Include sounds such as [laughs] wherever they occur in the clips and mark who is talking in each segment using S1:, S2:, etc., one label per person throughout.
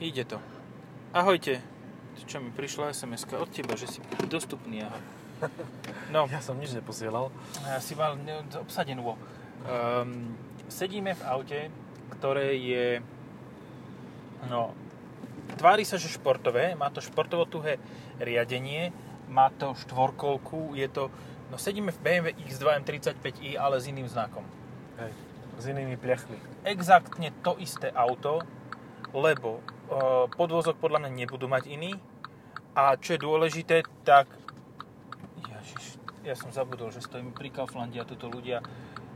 S1: Ide to. Ahojte. Čo mi prišla sms od teba, že si dostupný, ahoj. No,
S2: Ja som nič neposielal.
S1: ja si mal ne- obsadenú. Um, sedíme v aute, ktoré je... No, tvári sa, že športové, má to športovo tuhé riadenie, má to štvorkolku, je to... No sedíme v BMW X2 M35i, ale s iným znakom.
S2: Hej. S inými pliachmi.
S1: exaktne to isté auto, lebo e, podvozok podľa mňa nebudú mať iný. A čo je dôležité, tak... Ježiš, ja som zabudol, že stojím pri Kauflande a tuto ľudia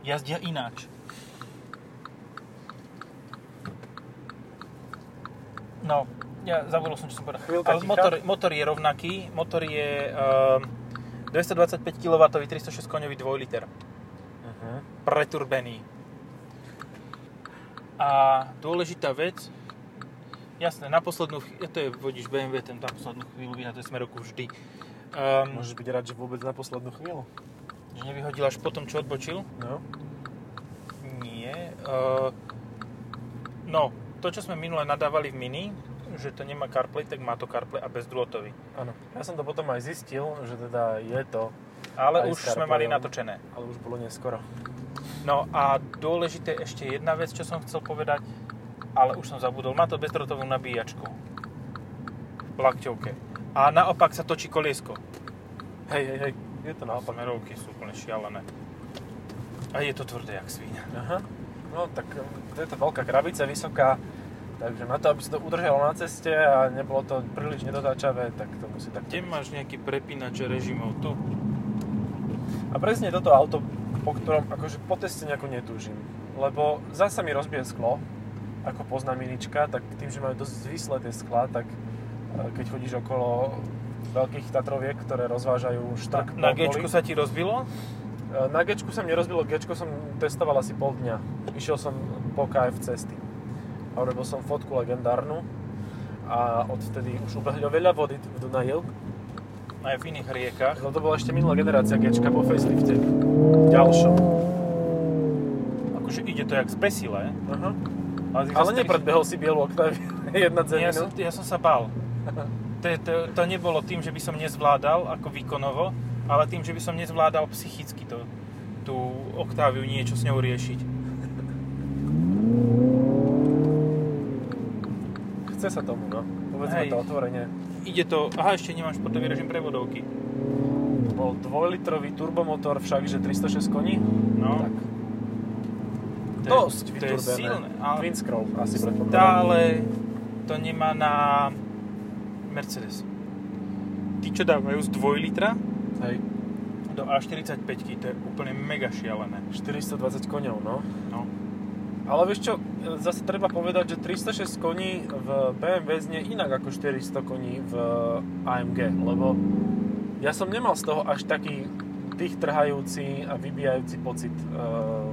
S1: jazdia ináč. No, ja zabudol som, čo som povedal.
S2: Chvíľka
S1: Ale
S2: ticha.
S1: motor, motor je rovnaký, motor je e, 225 kW, 306 koňový 2 liter
S2: Uh-huh.
S1: preturbený. A dôležitá vec, jasné, na poslednú chvíľu, to je vodič BMW, ten na poslednú chvíľu vyhľaduje smerovku vždy. Um,
S2: Môžeš byť rád, že vôbec na poslednú chvíľu.
S1: že nevyhodil až potom, čo odbočil?
S2: No.
S1: Nie. Uh, no, to, čo sme minule nadávali v Mini, že to nemá CarPlay, tak má to CarPlay a bezdrôtový.
S2: Áno. Ja som to potom aj zistil, že teda je to,
S1: Ale
S2: Aj
S1: už
S2: s
S1: sme mali
S2: CarPlayom.
S1: natočené.
S2: ale už bolo neskoro.
S1: No a dôležité ešte jedna vec, čo som chcel povedať, ale už som zabudol. Má to bezdrotovú nabíjačku. V lakťovke. A naopak sa točí koliesko.
S2: Hej, hej, hej. Je to naopak.
S1: Pomerovky sú úplne šialené. A je to tvrdé jak svíňa.
S2: Aha. No tak um, to je to veľká krabica, vysoká. Takže na to, aby sa to udržalo na ceste a nebolo to príliš nedotáčavé, tak to musí tak.
S1: Kde máš nejaký prepínač režimov? Tu.
S2: A presne toto auto, po ktorom akože po teste nejako netúžim. Lebo zasa mi rozbije sklo, ako pozná minička, tak tým, že majú dosť zvislé tie skla, tak e, keď chodíš okolo veľkých Tatroviek, ktoré rozvážajú štrk
S1: Na
S2: po okolí.
S1: Gčku sa ti rozbilo?
S2: E, Na Gčku sa mi nerozbilo, Gčko som testoval asi pol dňa. Išiel som po KF cesty a urobil som fotku legendárnu a odvtedy už ubehlo veľa vody v Dunaji,
S1: Aj v iných riekach.
S2: lebo to bola ešte minulá generácia Gčka po facelifte. Ďalšom.
S1: Akože ide to jak z pesile.
S2: Aha.
S1: Ale,
S2: Ale nepredbehol si bielu Octaviu [laughs] jedna
S1: ja, som,
S2: dzeninu.
S1: ja som sa bál. To, to, to nebolo tým, že by som nezvládal ako výkonovo, ale tým, že by som nezvládal psychicky to, tú oktáviu niečo s ňou riešiť.
S2: Chce sa tomu, no. Povedzme
S1: Hej.
S2: to otvorene.
S1: Ide to... Aha, ešte nemám športový režim prevodovky.
S2: Bol dvojlitrový turbomotor všakže 306 koní.
S1: No,
S2: Tak.
S1: to, je-
S2: Dosť
S1: to je silné, ale
S2: Twin scroll asi predpokladám.
S1: stále to nemá na Mercedes. Tí, čo dávajú z 2 litra
S2: Hej,
S1: do A45, to je úplne mega šialené.
S2: 420 koňov, no.
S1: No.
S2: Ale vieš čo, zase treba povedať, že 306 koní v BMW znie inak ako 400 koní v AMG, lebo ja som nemal z toho až taký tých trhajúci a vybijajúci pocit eh,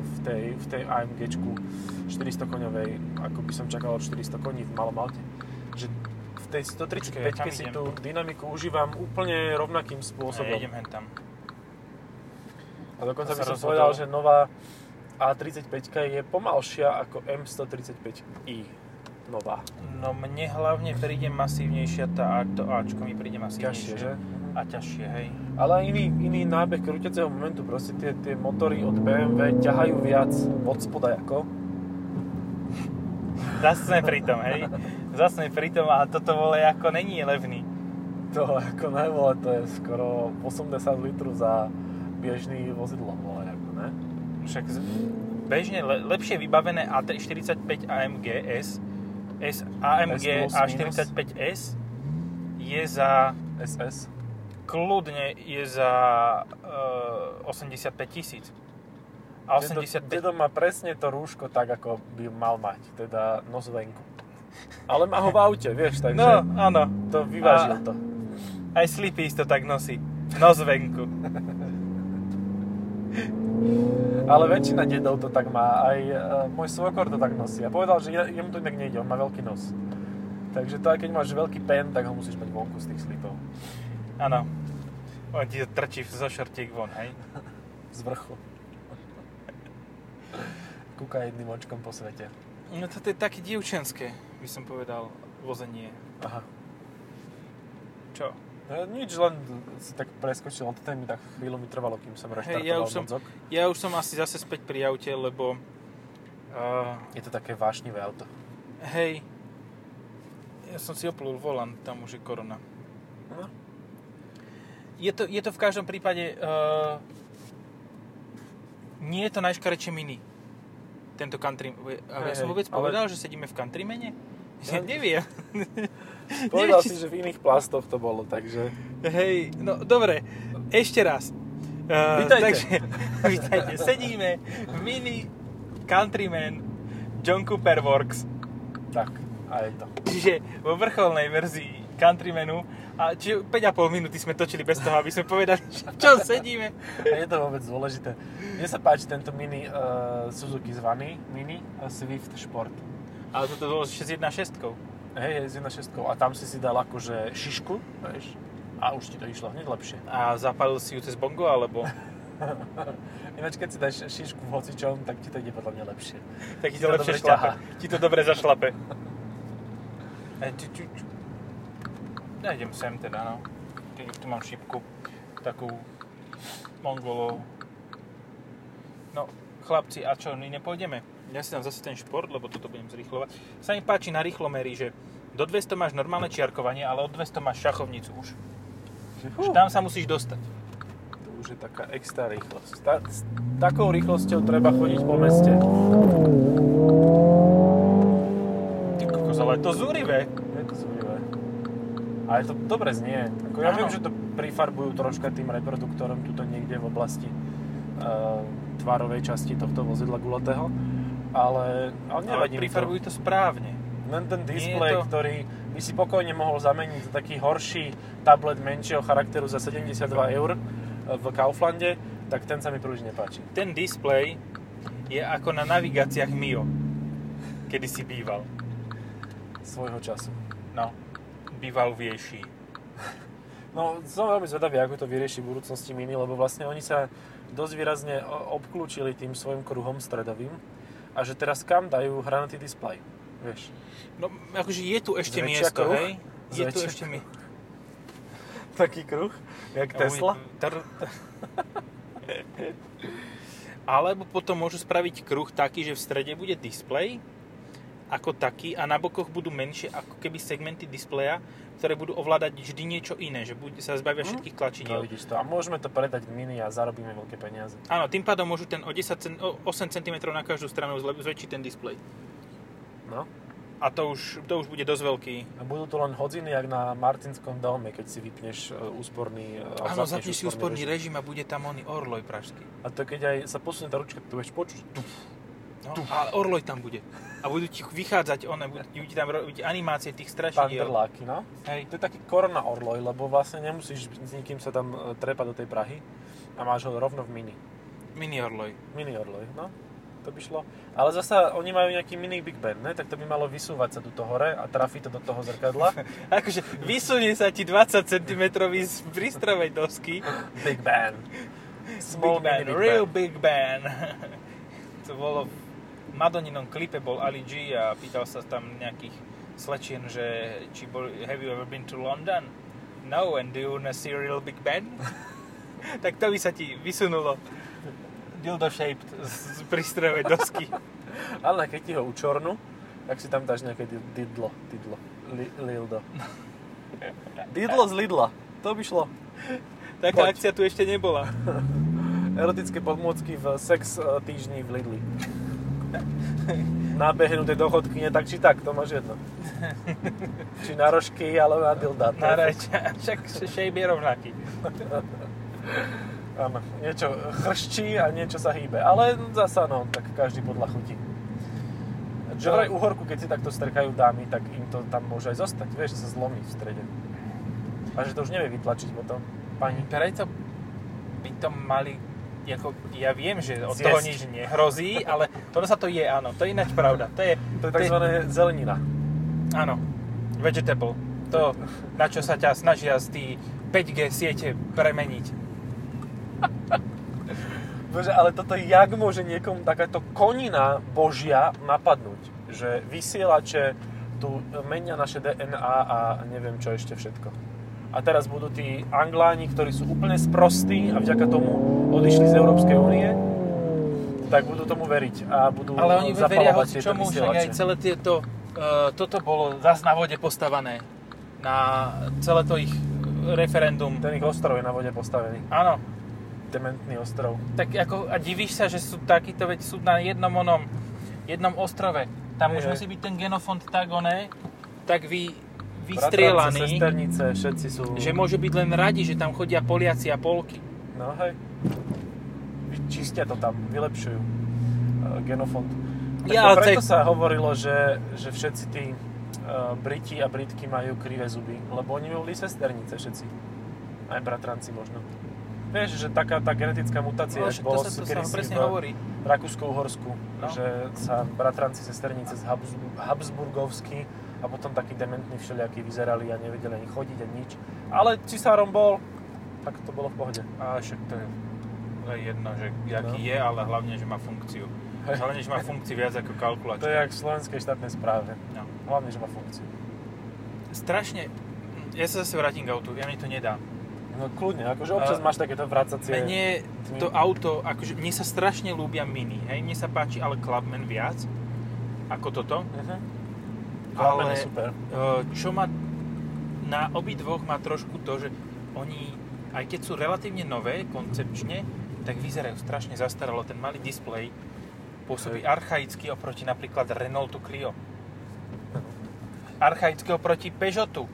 S2: v tej, v tej AMGčku 400 koňovej, ako by som čakal od 400 koní v malom aute. Že v tej
S1: Počkaj, ja
S2: 135
S1: tam
S2: si
S1: idem.
S2: tú dynamiku užívam úplne rovnakým
S1: Ja
S2: spôsobom.
S1: idem hen tam.
S2: A dokonca
S1: To
S2: by
S1: sa
S2: som
S1: rozhodol.
S2: povedal, že nová A35 je pomalšia ako M135i nová.
S1: No mne hlavne príde masívnejšia tá, to Ačko mi príde
S2: Ťažšie,
S1: masívnejšie.
S2: že?
S1: A ťažšie, hej.
S2: Ale iný, iný nábeh krúteceho momentu, proste tie, tie motory od BMW ťahajú viac od spoda ako.
S1: Zase sme pri tom, hej. Zase sme pri tom a toto vole ako není levný.
S2: To ako nevole, to je skoro 80 litrov za bežný vozidlo, vole, ako ne?
S1: Však z- bežne le, lepšie vybavené A45 AMG S, S AMG
S2: S plus
S1: A45S je za
S2: SS.
S1: kľudne je za e, 85 tisíc. A 85
S2: Dedo, dedo má presne to rúško tak, ako by mal mať, teda nos venku. Ale má ho v aute, vieš, takže
S1: No,
S2: no.
S1: áno.
S2: to vyvážil
S1: A-
S2: to.
S1: Aj Sleepy to tak nosí. No zvenku.
S2: Ale väčšina dedov to tak má, aj e, môj svokor to tak nosí. A povedal, že je- jemu to inak nejde, on má veľký nos. Takže to aj keď máš veľký pen, tak ho musíš mať vonku z tých slipov.
S1: Áno. On ti to trčí zo šortiek von, hej?
S2: Z vrchu. [laughs] Kúka jedným očkom po svete.
S1: No toto je také dievčenské. by som povedal vozenie.
S2: Aha.
S1: Čo?
S2: E, Nič, len si tak preskočil od témy, tak chvíľu mi trvalo, kým som reštartoval
S1: ja už som-
S2: mozog.
S1: Ja už som asi zase späť pri aute, lebo uh,
S2: Je to také vášnivé auto.
S1: hej, ja som si oplul volant, tam už je korona.
S2: No.
S1: Je to, je to v každom prípade... Uh, nie je to najškarečšie mini. Tento country... A ja
S2: Hej,
S1: som
S2: hej,
S1: vôbec
S2: ale-
S1: povedal, že sedíme v country mene? Ja
S2: Ja-
S1: [laughs] neviem. [laughs]
S2: Povedal
S1: Neviem, či-
S2: si, že v iných plastoch to bolo, takže...
S1: Hej, no dobre, ešte raz. Uh,
S2: Vítajte.
S1: Takže, [laughs] vítajte. Sedíme v mini Countryman John Cooper Works.
S2: Tak, a je to.
S1: Čiže vo vrcholnej verzii Countrymanu. A čiže 5,5 minúty sme točili bez toho, aby sme povedali, [laughs] že v čom sedíme.
S2: A je to vôbec dôležité. Mne sa páči tento mini uh, Suzuki zvaný mini uh, Swift Sport.
S1: Ale toto bolo s 6.1.6.
S2: Hej, hej, s 1.6 a tam si si dal akože šišku, vieš, a už ti to išlo hneď lepšie. [laughs]
S1: A zapálil si ju cez bongo, alebo...
S2: Ináč, keď si dáš šišku v hocičom, tak ti to ide podľa mňa lepšie.
S1: Tak ti to
S2: To
S1: lepšie
S2: dobre
S1: šlape.
S2: ťahá.
S1: Ti to dobre zašlape. E, či, či, či. Ja idem sem teda, no. Tu, tu mám šípku. Takú mongolov. No, chlapci, a čo, my nepôjdeme? Ja si dám zase ten šport, lebo toto budem zrýchlovať. Sa mi páči na rýchlomery, že do 200 máš normálne čiarkovanie, ale od 200 máš šachovnicu už. Už
S2: Fú,
S1: tam sa musíš dostať.
S2: to už je taká extra rýchlosť. Ta, s takou rýchlosťou treba chodiť po meste.
S1: Ty kokos, ale to zúrivé.
S2: Je to zvýve. Ale to dobre znie. Ako ja
S1: Áno.
S2: viem, že to prifarbujú troška tým reproduktorom tuto niekde v oblasti uh, tvarovej časti tohto vozidla gulatého. Ale, ale
S1: Ale
S2: nevadím to.
S1: prifarbujú to správne.
S2: Len
S1: Nie
S2: ten
S1: je
S2: displej,
S1: to-
S2: ktorý by si pokojne mohol zameniť za taký horší tablet menšieho charakteru za 72 eur eh, v Kauflande, tak ten sa mi príliš nepáči.
S1: ten displej je ako na navigáciách Mio, kedy si býval.
S2: Svojho času.
S1: No, býval viejší.
S2: No, som veľmi zvedavý, ako to vyrieši v budúcnosti Mini, lebo vlastne oni sa dosť výrazne o- obklúčili tým svojim kruhom stredovým a že teraz kam dajú hranatý displej. Vieš,
S1: No, akože je tu ešte
S2: Zväčšia
S1: miesto,
S2: kruh?
S1: hej? Je tu
S2: Zväčšia
S1: ešte mi...
S2: [laughs] taký kruh, jak Tesla.
S1: Tr- Alebo potom môžu spraviť kruh taký, že v strede bude displej ako taký a na bokoch budú menšie ako keby segmenty displeja, ktoré budú ovládať vždy niečo iné, že bude, sa zbavia
S2: Hm?
S1: všetkých
S2: No,
S1: tlačiniel.
S2: vidíš to. A môžeme to predať Mini a zarobíme veľké peniaze.
S1: Áno, tým pádom môžu ten o, 10 cen- o 8 cm na každú stranu zle- zväčšiť ten displej.
S2: No.
S1: A to už, to už bude dosť veľký.
S2: A budú to len hodziny, jak na Martinskom dome, keď si vypneš e, úsporný... e, a
S1: Áno,
S2: zapneš
S1: zapni si úsporný
S2: režim.
S1: režim a vlastne bude tam oný Orloj pražský.
S2: A to keď aj sa posunie tá ručka, to budeš počuť. Tu.
S1: No, ale Orloj tam bude. A budú ti vychádzať one, budú budú ti tam robiť animácie tých strašidiel.
S2: Panderláky, no.
S1: Hej.
S2: To je taký korona orloj, lebo vlastne nemusíš s nikým sa tam e, trepať do tej Prahy a máš ho rovno v mini.
S1: Mini Orloj.
S2: Mini orloj, no. To by šlo. Ale zasa oni majú nejaký mini Big Ben, ne? Tak to by malo vysúvať sa tuto hore a trafí to do toho [laughs] zrkadla.
S1: Akože vysunie sa ti 20 cm z prístrojovej dosky.
S2: Big Ben.
S1: Big
S2: Small
S1: Bang,
S2: mini Big
S1: Real
S2: Ben.
S1: Big Bang. [laughs] to bolo v Madoninom klipe, bol Ali G a pýtal sa tam nejakých slečien, že či bol, have you ever been to London? No, and do you wanna see real Big Ben? [laughs] tak to by sa ti vysunulo dildo shaped z, z prístrojovej dosky.
S2: Ale keď ti ho učornú, tak si tam dáš nejaké di- didlo. Didlo. Li- [laughs] Lildo. Didlo z Lidla. To by šlo.
S1: Taká
S2: Poď.
S1: akcia tu ešte
S2: [laughs]
S1: nebola.
S2: Erotické pomôcky v sex e, týždni v Lidli. Nabehnuté dochodky, nie tak či tak, to máš jedno. Či na rožky, alebo na dilda. to je
S1: Na rajča, však shape je rovnaký.
S2: Áno, niečo chrščí a niečo sa hýbe. Ale zasa no, tak každý podľa chuti. Že
S1: No.
S2: vraj uhorku, keď si takto strkajú dámy, tak im to tam môže aj zostať. Vieš, sa zlomí v strede. A že to už nevie vytlačiť potom. Pani.
S1: Preto by to mali, ako, ja viem, že od
S2: Zjesť.
S1: toho nič nehrozí, ale ono sa to je, áno, to je ináč pravda. To je,
S2: To je tzv. zelenina.
S1: áno, vegetable. To, na čo sa ťa snažia z tých 5G siete premeniť.
S2: Bože, ale toto jak môže niekomu takáto konina božia napadnúť? Že vysielače, tu menia naše DNA a neviem čo ešte všetko. A teraz budú tí Angláni, ktorí sú úplne sprostí a vďaka tomu odišli z Európskej únie, tak budú tomu veriť a budú
S1: Ale oni veria
S2: zapalovať
S1: hoci
S2: tieto
S1: čomu, však aj
S2: vysielače.
S1: celé tieto, e, toto bolo zas na vode postavané. Na celé to ich referendum.
S2: Ten ich ostrov je na vode postavený.
S1: Áno,
S2: Dementný ostrov.
S1: tak ako, a divíš sa, že sú takíto, veď sú na jednom onom, jednom ostrove. Tam už
S2: Hej, hej.
S1: musí byť ten genofond tak oné, tak vy,
S2: Bratranci,
S1: vystrielaný,
S2: sesternice, všetci sú...
S1: že môžu byť len radi, že tam chodia Poliaci a Polky.
S2: No hej. Čistia to tam, vylepšujú uh, genofond. Tak
S1: Ja,
S2: ja, preto
S1: cek-
S2: sa hovorilo, že, že všetci tí uh, Briti a Britky majú krivé zuby, lebo oni boli sesternice všetci. Aj bratranci možno. Vieš, že taká tá genetická mutácia,
S1: No,
S2: no,
S1: však
S2: bolo
S1: to sa, to sa
S2: kedysi
S1: presne
S2: v
S1: hovorí.
S2: Rakúsko-Uhorsku,
S1: No.
S2: no. že sa bratranci, sesternice z Habs- Habsburgovsky a potom takí dementní všelijakí vyzerali a nevedeli ani chodiť ani nič. Ale cisárom bol, tak to bolo v pohode.
S1: A však to je to je jedno, že jaký
S2: No.
S1: je, ale hlavne, že má funkciu. Hlavne, že má funkciu viac ako
S2: To je
S1: kalkulačka.
S2: jak v slovenskej štátnej správe.
S1: No.
S2: Hlavne, že má funkciu.
S1: Strašne, ja sa zase vrátim k autu, ja mi to nedá.
S2: No kľudne, akože občas
S1: A-
S2: máš takéto vracacie...
S1: Mne to auto, akože mne sa strašne ľúbia mini, hej, mne sa páči ale Clubman viac ako toto.
S2: Uh-huh.
S1: Ale-
S2: Ale... no super.
S1: E, Čo ma na obidvoch má trošku to, že oni, aj keď sú relatívne nové koncepčne, tak vyzerajú strašne zastaralo. Ten malý displej pôsobí archaicky oproti napríklad Renaultu Clio. Archaicky oproti Peugeotu.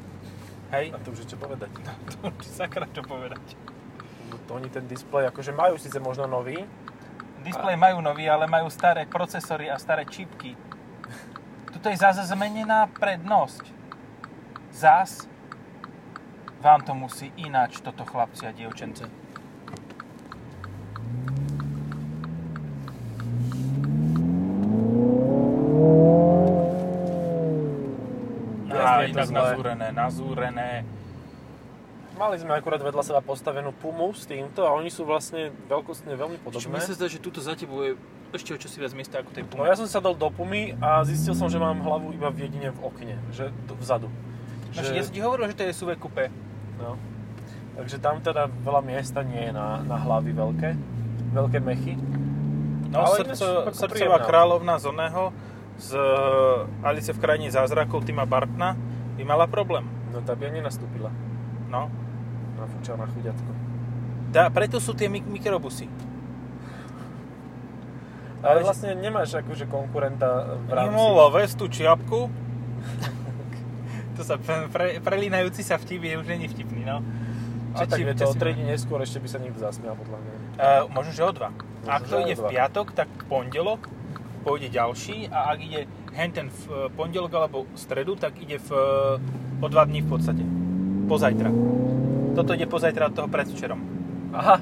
S1: Hej,
S2: A to už je čo povedať.
S1: [laughs] to už sakra čo povedať.
S2: No To oni ten displej, akože majú síce možno nový,
S1: Displej majú nový, ale majú staré procesory a staré čipky. Tuto je zase zmenená prednosť. Zas vám to musí ináč toto chlapci a dievčence.
S2: Jasne,
S1: Á,
S2: je to
S1: No, inak
S2: zlé.
S1: nazúrené, nazúrené.
S2: Mali sme akurát vedľa seba postavenú Pumu s týmto a oni sú vlastne veľkostne
S1: Čiže
S2: veľmi podobné.
S1: mi sa zdá, že tuto za tebou je ešte o čosi viac miesta ako tej
S2: No
S1: pumy.
S2: ja som sa dal do Pumy a zistil som, že mám hlavu iba v jedine v okne, že t- vzadu.
S1: Že... No, Ja som ti hovoril, že to je SUV kupé.
S2: no. Takže tam teda veľa miesta nie je na, na hlavy veľké, veľké mechy.
S1: No,
S2: Ale ináč
S1: srdco,
S2: ako
S1: srdcová
S2: príjemná.
S1: kráľovná z oného, z e, Alice v krajine zázrakov, Tima Bartna, by mala problém.
S2: No tá by ani nastúpila
S1: No.
S2: na fuča na chuďatko.
S1: Tá, preto sú tie mik- mikrobusy.
S2: Ale
S1: Ale
S2: vlastne nemáš akože konkurenta v rámci...
S1: Imolo vestu čiapku. [laughs] to sa pre, pre, prelínajúci sa vtip je už není vtipný, no.
S2: A tak
S1: Či-
S2: je
S1: či-
S2: to o
S1: si-
S2: 3 dní neskôr, ešte by sa nikto zasmial podľa mňa.
S1: Uh, možno, že o dva. Možno, ak
S2: že
S1: to
S2: o
S1: ide
S2: dva.
S1: v piatok, tak v pondelok pôjde ďalší a ak ide henten v e, pondelok alebo v stredu, tak ide v, e, o dva dní v podstate. Pozajtra. Toto ide pozajtra od toho predvčerom.
S2: Aha.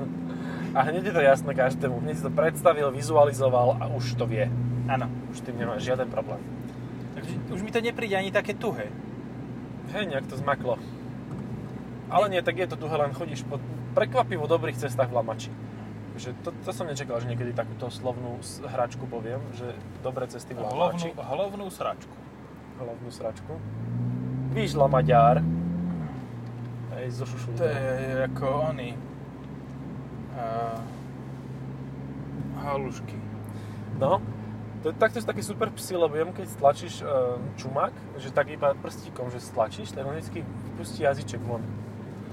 S2: [laughs] A hneď je to jasné každému. Hneď si to predstavil, vizualizoval a už to vie.
S1: Áno.
S2: Už tým nemá žiaden problém.
S1: Takže už mi to nepríde ani také tuhé.
S2: Hej, nejak to zmaklo. Ale nie, tak je to duhe, len chodíš po prekvapivo dobrých cestách v Lamači. Že to, to som nečakal, že niekedy takúto slovnú s- hračku poviem, že dobré cesty v
S1: Hlavnú,
S2: Lamači.
S1: hlavnú sračku.
S2: Hlavnú sračku. Víš, Lamaďár. Hej, zo šušulky.
S1: To je ako oni. Uh, halušky.
S2: No, to je takto sú také super psy, lebo jem, keď stlačíš e, čumák, že tak iba prstíkom, že stlačíš, tak on vždycky pustí jazyček von.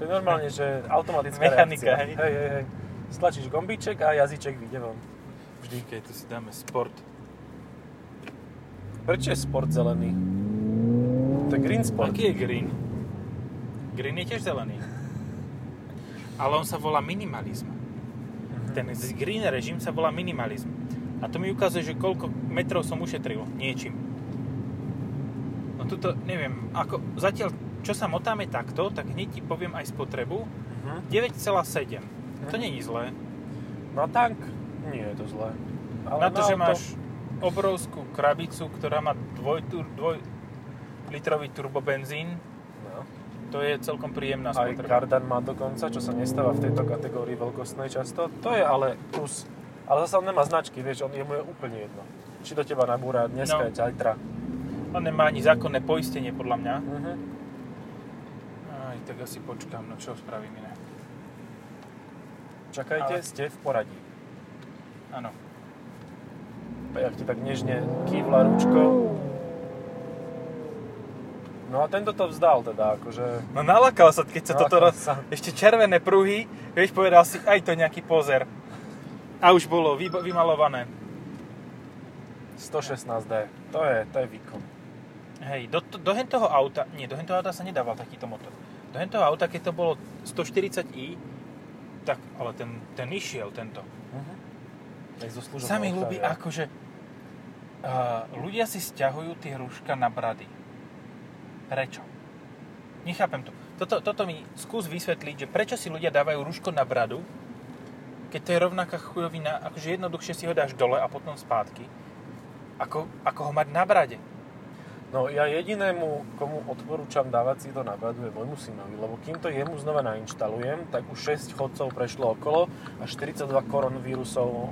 S2: To je normálne, že automatická
S1: [laughs] Mechanika,
S2: reakcia.
S1: hej.
S2: Hej, hej, hej. Stlačíš gombíček a jazyček vyjde von.
S1: Vždy, keď tu si dáme sport.
S2: Prečo je sport zelený? To je green sport.
S1: Aký je green? Green je tiež zelený. Ale on sa volá minimalizm.
S2: Mhm.
S1: Ten z- green režim sa volá minimalizm. A to mi ukazuje, že koľko metrov som ušetril niečím. No tuto, neviem, ako zatiaľ, čo sa motáme takto, tak hneď ti poviem aj spotrebu.
S2: Mhm.
S1: 9,7. To nie je zlé.
S2: Na tank? Nie je to zlé. Ale
S1: na to, že
S2: auto-
S1: máš obrovskú krabicu, ktorá má dvojtur, dvoj litrový turbobenzín,
S2: No.
S1: to je celkom príjemná
S2: Aj
S1: spotreba.
S2: Kardan má dokonca, čo sa nestáva v tejto kategórii veľkostnej často. To je ale plus. Ale zase on nemá značky, vieš, on jemu je úplne jedno. Či do teba nabúra dneska,
S1: No.
S2: no. zajtra.
S1: On nemá ani zákonné poistenie, podľa mňa.
S2: Uh-huh.
S1: Aj, tak asi počkám, no čo spravím iné.
S2: Čakajte,
S1: Ale-
S2: ste v poradí.
S1: Áno.
S2: Jak ti tak nežne kývla ručkou. No a tento to vzdal teda, akože...
S1: No nalakal sa, keď sa toto
S2: Nalakal
S1: roz...
S2: sa.
S1: Ešte červené pruhy, vieš, povedal si aj to nejaký pozer. A už bolo vy, vymalované.
S2: 116D. To je, to je výkon.
S1: Hej, do, do hentoho auta, nie, do hentoho auta sa nedával takýto motor. Do hentoho auta, keď to bolo 140i, tak, ale ten, ten išiel, tento.
S2: Uh-huh. Tak zo služobného
S1: Sa mi
S2: auta,
S1: ľúbi,
S2: ja.
S1: akože uh, ľudia si stiahujú tie rúška na brady. Prečo? Nechápem to. Toto, toto mi skús vysvetliť, že prečo si ľudia dávajú rúško na bradu, keď to je rovnaká chujovina, akože jednoduchšie si ho dáš dole a potom spátky, ako, ako ho mať na brade.
S2: No ja jedinému, komu odporúčam dávať si to na bradu, je môjmu synovi, lebo kým to jemu znova nainštalujem, tak už 6 chodcov prešlo okolo a 42 koronavírusov um,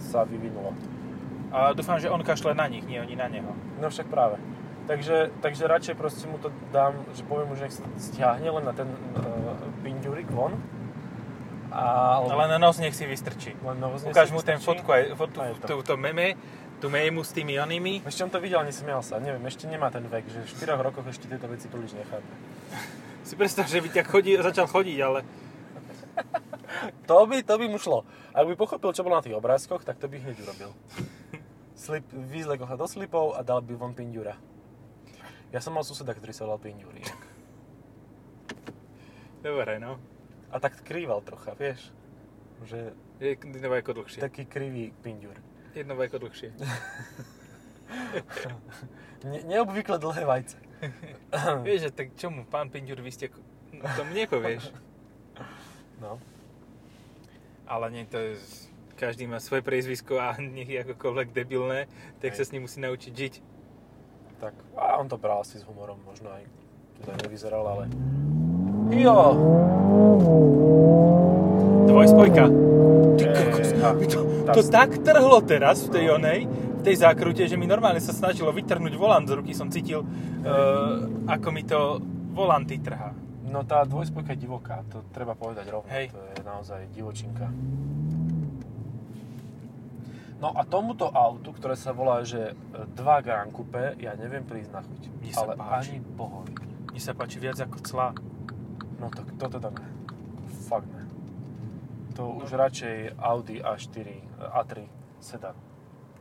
S2: sa vyvinulo.
S1: A dúfam, že on kašle na nich, nie oni na neho.
S2: No však práve. Takže, takže radšej proste mu to dám, že poviem mu, že nech sa stiahne len na ten uh, pindurik von. A,
S1: Ale na nos nech si vystrčí.
S2: len novozne
S1: Ukáž
S2: si
S1: mu ten
S2: vystačí.
S1: fotku, aj fotku,
S2: Aj to.
S1: to. to meme, tú memu s tými onými.
S2: Ešte on to videl, nesmial sa. Neviem, ešte nemá ten vek, že v 4 rokoch ešte tieto veci príliš nechápe.
S1: Si predstav, že by ťa chodí, začal chodiť, ale
S2: To by, to by mu šlo. Ak by pochopil, čo bolo na tých obrázkoch, tak to by hneď
S1: [laughs]
S2: urobil. Slip, vyzlekol sa do slipov a dal by von pindura. Ja som mal suseda, ktorý sa volal pindúri.
S1: Dobre, no.
S2: A tak krýval trocha, vieš? Že
S1: Jedno vajko dlhšie. Tak...
S2: taký krivý pindur.
S1: Jedno vajko dlhšie.
S2: Ne, neobvykle dlhé vajce.
S1: Vieš, že tak čomu, pán Pindur, vy ste... no, To mi nepovieš.
S2: No.
S1: Ale nie, to je... Každý má svoje priezvisko a [laughs] nech je akokoľvek debilné, tak
S2: Hej.
S1: sa s ním musí naučiť žiť.
S2: Tak, a on to bral asi s humorom, možno aj teda nevyzeral, ale... Jo!
S1: Dvojspojka. Ty
S2: Ej,
S1: kokos,
S2: a-
S1: mi to,
S2: tá-
S1: to tak trhlo teraz v tej onej, v tej zákrute, že mi normálne sa snažilo vytrhnúť volant z ruky, som cítil, uh, ako mi to volanty trhá.
S2: No tá dvojspojka je divoká, to treba povedať rovno.
S1: Hej.
S2: To je naozaj divočinka. No a tomuto autu, ktoré sa volá, že 2 Grand Coupe, ja neviem prísť na chuť.
S1: Mne sa
S2: ale
S1: páči.
S2: ani bohovi.
S1: Mne sa páči viac ako clá.
S2: No tak toto tam ne. Fakt ne. To už radšej Audi A4, A3 sedan.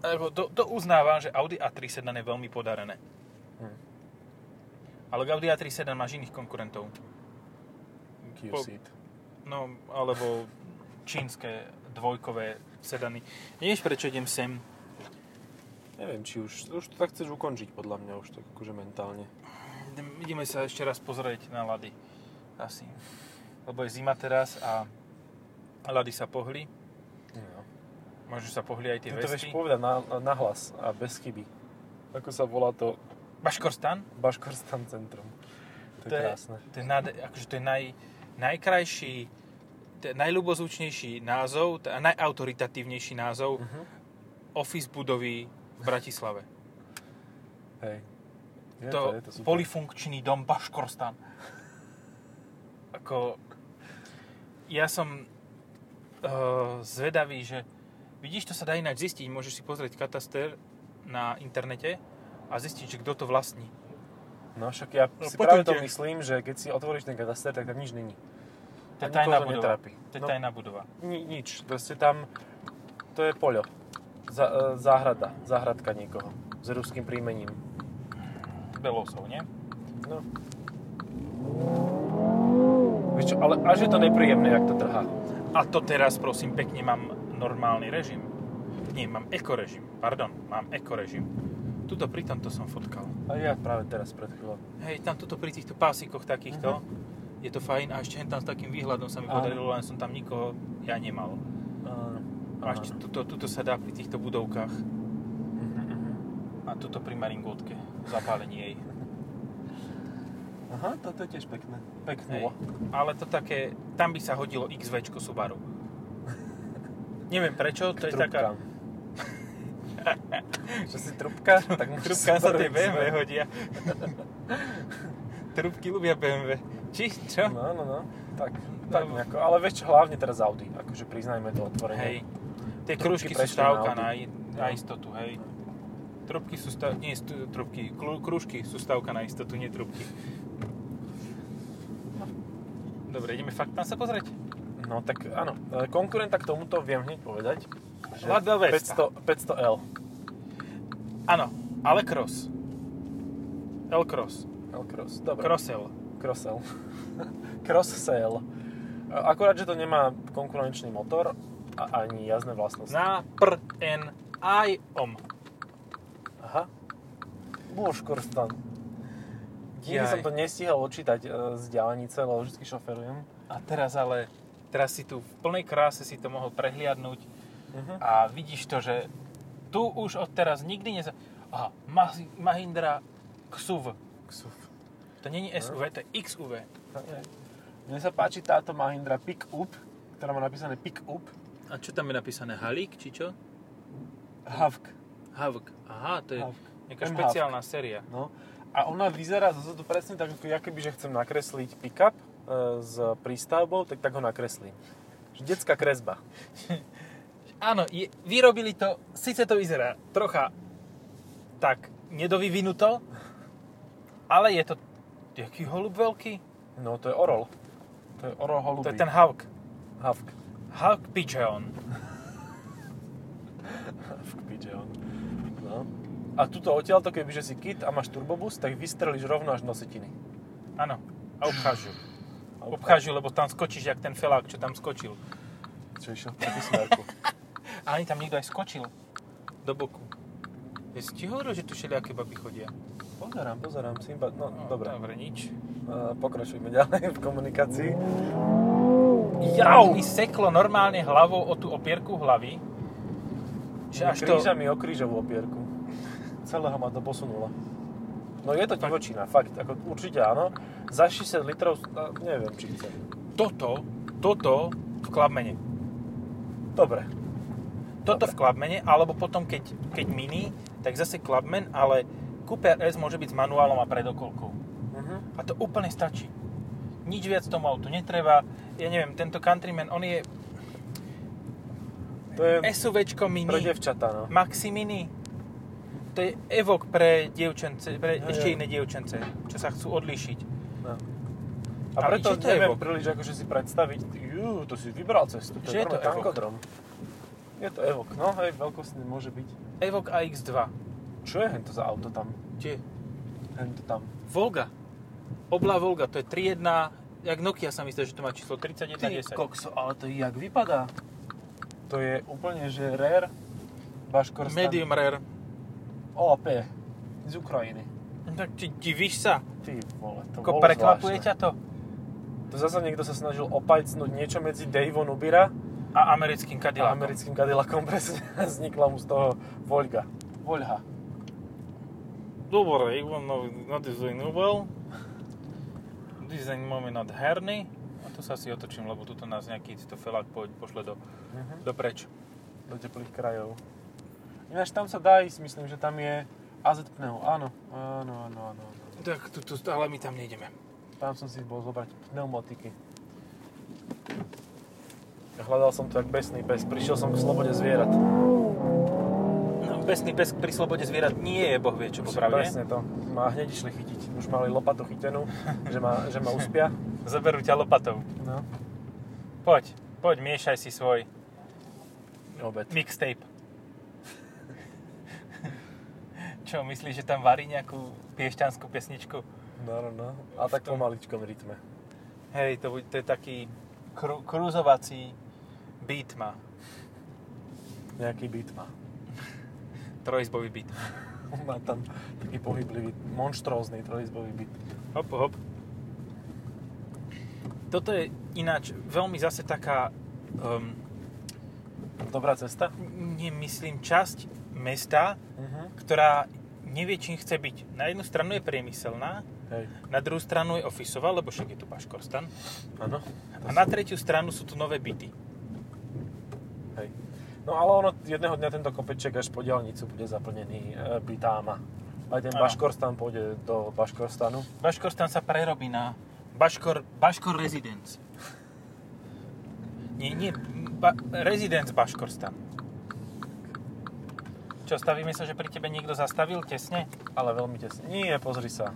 S1: Alebo to, to uznávam, že Audi A3 sedan je veľmi podarené.
S2: Hm.
S1: Ale k Audi A3 sedan máš iných konkurentov. Po-
S2: Q-seat.
S1: No, alebo čínske dvojkové sedany. Vieš, prečo idem sem?
S2: Neviem, či už, už to tak chceš ukončiť podľa mňa už tak akože mentálne.
S1: Idem- Ideme sa ešte raz pozrieť na Lady. Asi. Lebo je zima teraz a Lady sa pohli.
S2: No.
S1: Možno sa pohli aj tie
S2: Ty to
S1: vesty.
S2: vieš povedať na, na hlas a bez chyby. Ako sa volá to
S1: Baškorstan?
S2: Baškorstan centrum. To je krásne.
S1: To je, nade, akože to je naj, najkrajší, to je najľubozvučnejší názov, t- a najautoritatívnejší názov
S2: Mhm.
S1: office budovy v Bratislave.
S2: Hej. Je
S1: to,
S2: je to super.
S1: polifunkčný dom Baškorstan. Ako, ja som uh, zvedavý, že vidíš, to sa dá ináč zistiť. Môžeš si pozrieť kataster na internete a zistiť, že kto to vlastní.
S2: No však ja
S1: No,
S2: si práve
S1: poďte.
S2: to myslím, že keď si otvoríš ten kataster, tak tam nič není.
S1: To je
S2: A nikoho
S1: tajná
S2: to
S1: budova.
S2: netrápi.
S1: To je
S2: No.
S1: tajná budova.
S2: Ni, nič. Proste tam, to je poľo. Za, e, záhrada. Záhradka niekoho. S ruským príjmením.
S1: Belosov, nie?
S2: No. Vieš čo, ale až je to nepríjemné, jak to trhá.
S1: A to teraz, prosím, pekne mám normálny režim. Nie, mám ekorežim. Pardon, mám ekorežim. Tuto pri tomto som fotkal.
S2: A ja práve teraz pred chvíľou.
S1: Hej, tam tuto pri týchto pásikoch takýchto je to fajn a ešte hen tam s takým výhľadom sa mi
S2: Mhm. Áno.
S1: podarilo, len som tam nikoho ja nemal.
S2: Áno.
S1: A ešte tuto, tuto sa dá pri týchto budovkách a tuto pri Maringotke zapálenie jej.
S2: Aha, toto je tiež pekné.
S1: Hej.
S2: Pekné.
S1: Ale to také, tam by sa hodilo
S2: [laughs]
S1: XV Subaru. Neviem prečo, to je taká...
S2: Čo si trubka?
S1: Tak mu
S2: môžeš
S1: trubka sa tie
S2: spraviť
S1: BMW
S2: zmenu. [laughs]
S1: hodia. Trubky ľubia BMW. Či? Čo?
S2: No, no, no. Tak, tak nejako. Ale vieš čo, hlavne teraz Audi. Akože priznajme to otvorene.
S1: No. Hej. Tie
S2: Trubky
S1: krúžky sú
S2: prešli
S1: stavka
S2: na
S1: na, i- na istotu, hej. Trubky sú stav... Nie, stu, trubky. Klu, krúžky sú stavka na istotu, nie trubky. Dobre, ideme fakt tam sa pozrieť.
S2: No tak áno. E, Konkurenta k tomuto viem hneď povedať. že
S1: Lada Vesta.
S2: 500, 500L.
S1: Áno, ale cross. L-cross.
S2: L Cross. Dobre.
S1: Crossel.
S2: [laughs] Crossel. Crossel. E, Akurát, že to nemá konkurenčný motor a ani jazdné vlastnosti.
S1: Na pr en aj om.
S2: Aha. Božkorstan. Nikdy
S1: Jaj.
S2: som to nestihal odčítať e, z diálnice, lebo vždy šoferujem.
S1: A teraz ale, teraz si tu v plnej kráse si to mohol prehliadnúť
S2: Mhm.
S1: a vidíš to, že tu už od teraz nikdy neza... Aha, Mah- Mahindra XUV.
S2: Ksuf.
S1: To není SUV, to je XUV.
S2: Mne sa páči táto Mahindra Pick Up, ktorá má napísané Pick Up.
S1: A čo tam je napísané? Halík, či čo?
S2: Havk.
S1: Havk. Aha, to je
S2: Havk.
S1: nejaká
S2: M-Havk.
S1: špeciálna séria.
S2: No. A ona vyzerá zozadu presne tak, ako ja keby, že chcem nakresliť pick-up e, s prístavbou, tak tak ho nakreslím. Že Detská kresba.
S1: Áno, je, vyrobili to, síce to vyzerá trocha tak nedovyvinuto, ale je to jaký holub veľký?
S2: No to je orol. To je orol holubý.
S1: To je ten Havk.
S2: Havk.
S1: Havk Pigeon.
S2: Havk pigeon. No. A tuto odtiaľ to keby, že si kit a máš turbobus, tak vystrelíš rovno až nositiny.
S1: Áno. A obchážu. Obchážu, lebo tam skočíš, jak ten felák, čo tam skočil.
S2: Čo išiel v takú
S1: [laughs]
S2: smerku.
S1: A ani tam niekto aj skočil. Do boku. Ja si ti hovoril, že tu všelijaké baby chodia.
S2: Pozerám, pozerám, Simba. No,
S1: No,
S2: dobre.
S1: Dobre, nič.
S2: E, pokračujme ďalej v komunikácii.
S1: Jau! Mi seklo normálne hlavou o tú opierku hlavy. Že až to...
S2: Krížami o krížovú opierku. Celého ma to posunulo. No je to divočina, fakt, ako určite áno. Za 60 litrov, a neviem či chcem.
S1: Toto, toto v klamene.
S2: Dobre,
S1: Toto v Clubmane, alebo potom keď, keď mini, tak zase Clubman, ale Cooper S môže byť s manuálom a predokolkou.
S2: mhm.
S1: A to úplne stačí. Nič viac tomu autu netreba. Ja neviem, tento Countryman, on je
S2: to je
S1: SUVčko mini,
S2: pre devčatá, no.
S1: Maxi mini. To je evok pre dievčence, pre
S2: Hej,
S1: ešte
S2: hej.
S1: iné dievčence, čo sa chcú odlíšiť.
S2: no. A
S1: Ale že
S2: preto
S1: to je
S2: neviem
S1: Evo.
S2: príliš akože si predstaviť, jú, to si vybral cestu, to
S1: Že je
S2: je,
S1: to
S2: to
S1: Evo.
S2: tankodrom. Je to Evok, no hej, veľkostný môže byť.
S1: Evok AX2.
S2: Čo je hento za auto tam?
S1: Kde?
S2: Hento tam.
S1: Volga. Obla Volga, to je 3.1, jak Nokia sa myslí, že to má číslo 3110.
S2: kokso, ale to jak vypadá? To je úplne, že rare Baškorstan.
S1: Medium rare.
S2: OP z Ukrajiny.
S1: No Tak ti divíš sa?
S2: Ty vole, to
S1: Ako
S2: bolo
S1: prekvapuje
S2: zvláštne.
S1: ťa to?
S2: To zase niekto sa snažil opajcnúť niečo medzi Daveo Nubira
S1: A americkým
S2: a
S1: Cadillacom.
S2: americkým Cadillacom presne vznikla mu z toho Volga. Volha.
S1: Dobre, no, Ivan nadizajnoval. Dizajn máme nádherný. A tu sa si otočím, lebo tuto nás nejaký to felák po- pošle do,
S2: Mhm.
S1: do preč.
S2: Do teplých krajov. Ináč tam sa dá ísť, myslím, že tam je AZ pneu. Áno, áno, áno, áno. áno.
S1: Tak, tu, tu, ale my tam nejdeme.
S2: Tam som si bol zobrať pneumotiky. Hľadal som to jak besný pes. Prišiel som k slobode zvierat.
S1: No, besný pes pri slobode zvierat nie je, boh vie čo popravde.
S2: Presne to. Ma hneď išli chytiť. Už mali lopatu chytenú, že ma, že ma uspia.
S1: Zaberú ťa lopatou.
S2: No.
S1: Poď, poď, miešaj si svoj
S2: Obed.
S1: mixtape. [laughs] čo, myslíš, že tam varí nejakú piešťanskú pesničku?
S2: No, no, no. A tak po maličkom rytme.
S1: Hej, to, bu- to je taký kru, kruzovací beat má.
S2: Nejaký byt má. [laughs]
S1: Trojizbový beat.
S2: Má tam taký pohyblivý, monštrózny trojizbový byt.
S1: Hop, hop. Toto je ináč veľmi zase taká, um,
S2: Dobrá cesta?
S1: nemyslím, časť mesta,
S2: Mhm.
S1: ktorá nevie, čím chce byť. Na jednu stranu je priemyselná,
S2: Hej.
S1: na druhú stranu je ofisová, lebo však je tu Baškorstan.
S2: Áno.
S1: A na tretiu stranu sú tu nové byty.
S2: Hej. No ale ono jedného dňa tento kopeček až po diálnicu bude zaplnený e, bytáma. Aj ten
S1: Áno.
S2: Baškorstan pôjde do Baškorstanu.
S1: Baškorstan sa prerobí na Baškor, Baškor Residence. Nie, nie, ba, Residence Baškorstan. Čo, stavíme sa, že pri tebe niekto zastavil tesne?
S2: Ale veľmi tesne. Nie, pozri sa.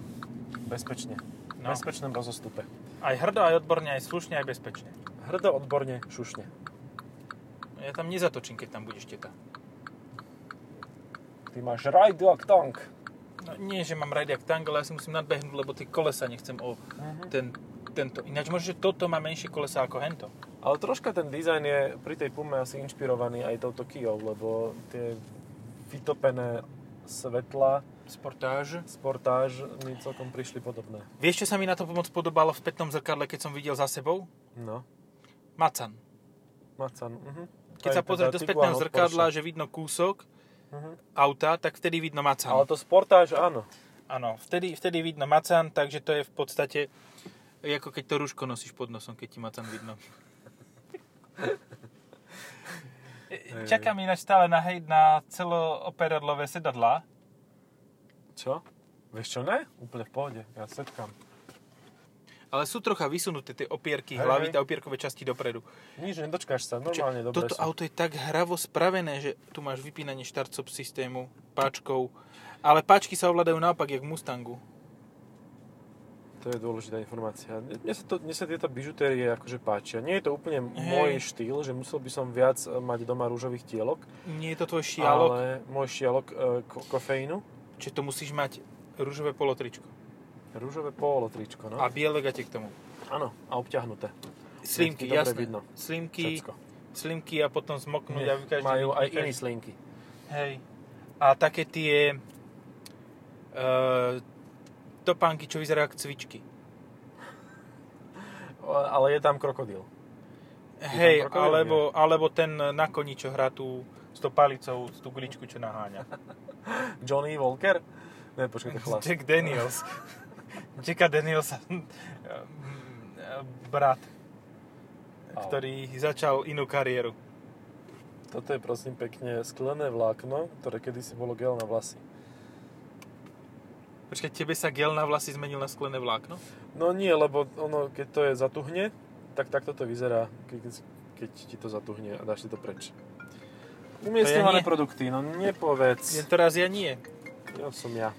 S2: Bezpečne. No.
S1: No.
S2: Bezpečnom rozostupe.
S1: Aj hrdo, aj odborne, aj slušne, aj bezpečne.
S2: Hrdo, odborne, šušne.
S1: Ja tam nezatočím, keď tam budeš teta.
S2: Ty máš right dog tank.
S1: No, nie, že mám radiak tank, ale ja si musím nadbehnúť, lebo tie kolesa nechcem o ten, tento. Ináč možno, že toto má menšie kolesa ako hento.
S2: Ale troška ten dizajn je pri tej Pume asi inšpirovaný aj touto Kijou, lebo tie vytopené svetla,
S1: Sportáž.
S2: sportáž mi celkom prišli podobné.
S1: Vieš, čo sa mi na to pomoc podobalo v petnom zrkadle, keď som videl za sebou?
S2: No,
S1: Macan.
S2: Macan. Mhm.
S1: Keď sa pozrieš do spätného zrkadla, že vidno kúsok
S2: Mhm.
S1: auta, tak vtedy vidno
S2: Ale
S1: macan.
S2: to sportáž, áno.
S1: Áno, vtedy, vtedy vidno macan, takže to je v podstate ako keď to rúško nosíš pod nosom, keď ti macan
S2: [laughs]
S1: vidno. E, Čakám ináč stále na, hej, na celooperadlové sedadlá.
S2: Čo? Vieš čo, ne? Úplne v pohode, ja setkám.
S1: Ale sú trocha vysunuté tie opierky
S2: Hej,
S1: hlavy,
S2: hej.
S1: tie opierkové časti dopredu.
S2: Nič, nedočkáš sa,
S1: Čo-
S2: normálne dobre
S1: Toto
S2: sú.
S1: auto je tak hravo spravené, že tu máš vypínanie štartcop systému, páčkov. Ale páčky sa ovládajú naopak, jak v Mustangu.
S2: To je dôležitá informácia. Mne sa, to, mne sa tieto bižutérie akože páčia. Nie je to úplne môj štýl, že musel by som viac e, mať doma rúžových tielok,
S1: Nie je to tvoj šialok,
S2: ale môj šialok e, ko- kofeínu,
S1: Čiže to musíš mať rúžové polotričko.
S2: rúžové polo tričko, no.
S1: A biele gate k tomu.
S2: Áno, a obťahnuté.
S1: Slimky,
S2: dobre
S1: jasné.
S2: vidno.
S1: Slimky,
S2: Všetko.
S1: slimky a potom zmoknúť. a vykážeš-
S2: Majú aj
S1: vykážeš-
S2: iné slinky.
S1: Hej. A také tie uh, topánky, čo vyzerajú ako cvičky.
S2: O, Ale je tam krokodil.
S1: Hej,
S2: krokodil,
S1: alebo, alebo ten na koni, čo hrá tú s tou palicou, tú guličku, čo
S2: [laughs]
S1: naháňa.
S2: Johnny Walker? Ne, počkaj, to je
S1: [laughs]
S2: chlap.
S1: Jack Daniels. Jacka [laughs] Danielsa. brat,
S2: Au.
S1: ktorý začal inú kariéru.
S2: Toto je prosím pekne sklené vlákno, ktoré kedysi bolo gel na vlasy.
S1: Počkaj, tebe sa gel na vlasy zmenil na sklené vlákno?
S2: No nie, lebo ono, keď to je zatuhne, tak takto to vyzerá, keď, keď ti to zatuhne a dáš si to preč. Umiestňované
S1: nie.
S2: produkty, no nepovedz.
S1: Je to raz ja nie.
S2: Ja som ja.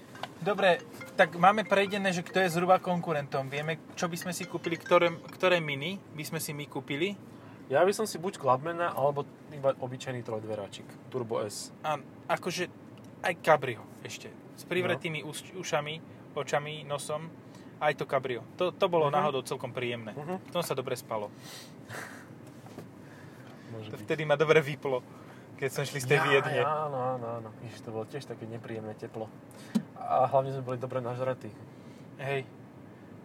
S1: Dobre, tak máme prejdené, že kto je zhruba konkurentom. Vieme, čo by sme si kúpili, ktoré, ktoré mini by sme si my kúpili.
S2: Ja by som si buď Clubmana, alebo iba obyčajný trojdveráčik. Turbo S.
S1: A akože aj Cabrio ešte. S privretými no. ušami, očami, nosom. Aj to Cabrio. To, to bolo
S2: Mhm.
S1: mm-hmm. náhodou celkom príjemné.
S2: Mhm.
S1: Mm-hmm. V tom sa dobre spalo.
S2: Môže
S1: To
S2: byť.
S1: vtedy ma dobre vyplo, keď som šli z tej Viedne.
S2: Jaj, Áno, áno, áno. Ježiš, to bolo tiež také nepríjemné teplo. A hlavne sme boli dobre nažratí.
S1: Hej,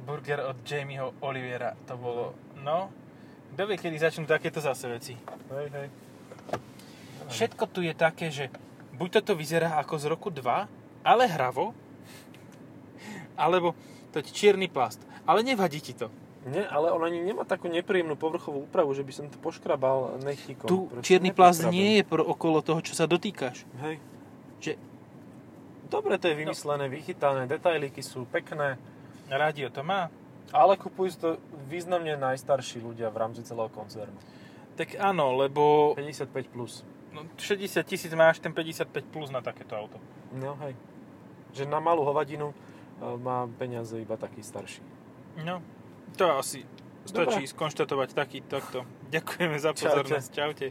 S1: burger od Jamieho Olivera, to bolo, no. Kto vie, kedy začnú takéto zase veci?
S2: Hej, hej.
S1: Všetko tu je také, že buď toto vyzerá ako z roku 2, ale hravo, alebo to je čierny plast. Ale nevadí ti to.
S2: Nie, ale on ani nemá takú nepríjemnú povrchovú úpravu, že by som to poškrabal nechtíkom.
S1: Tu čierny plast nie je pro okolo toho, čo sa dotýkaš.
S2: Hej. No.
S1: Že
S2: Dobre to je vymyslené, vychytané, detailíky sú pekné,
S1: rádio to má.
S2: ale kupujú si to významne najstarší ľudia v rámci celého koncernu.
S1: Tak áno, lebo
S2: 55 plus.
S1: no, 60 tisíc máš ten 55 plus na takéto auto.
S2: No hej. Že na malú hovadinu e, má peniaze iba taký starší.
S1: No, to asi stačí
S2: Dobre.
S1: skonštatovať taký, takto. Ďakujeme za
S2: Čaute.
S1: pozornosť. Čaute.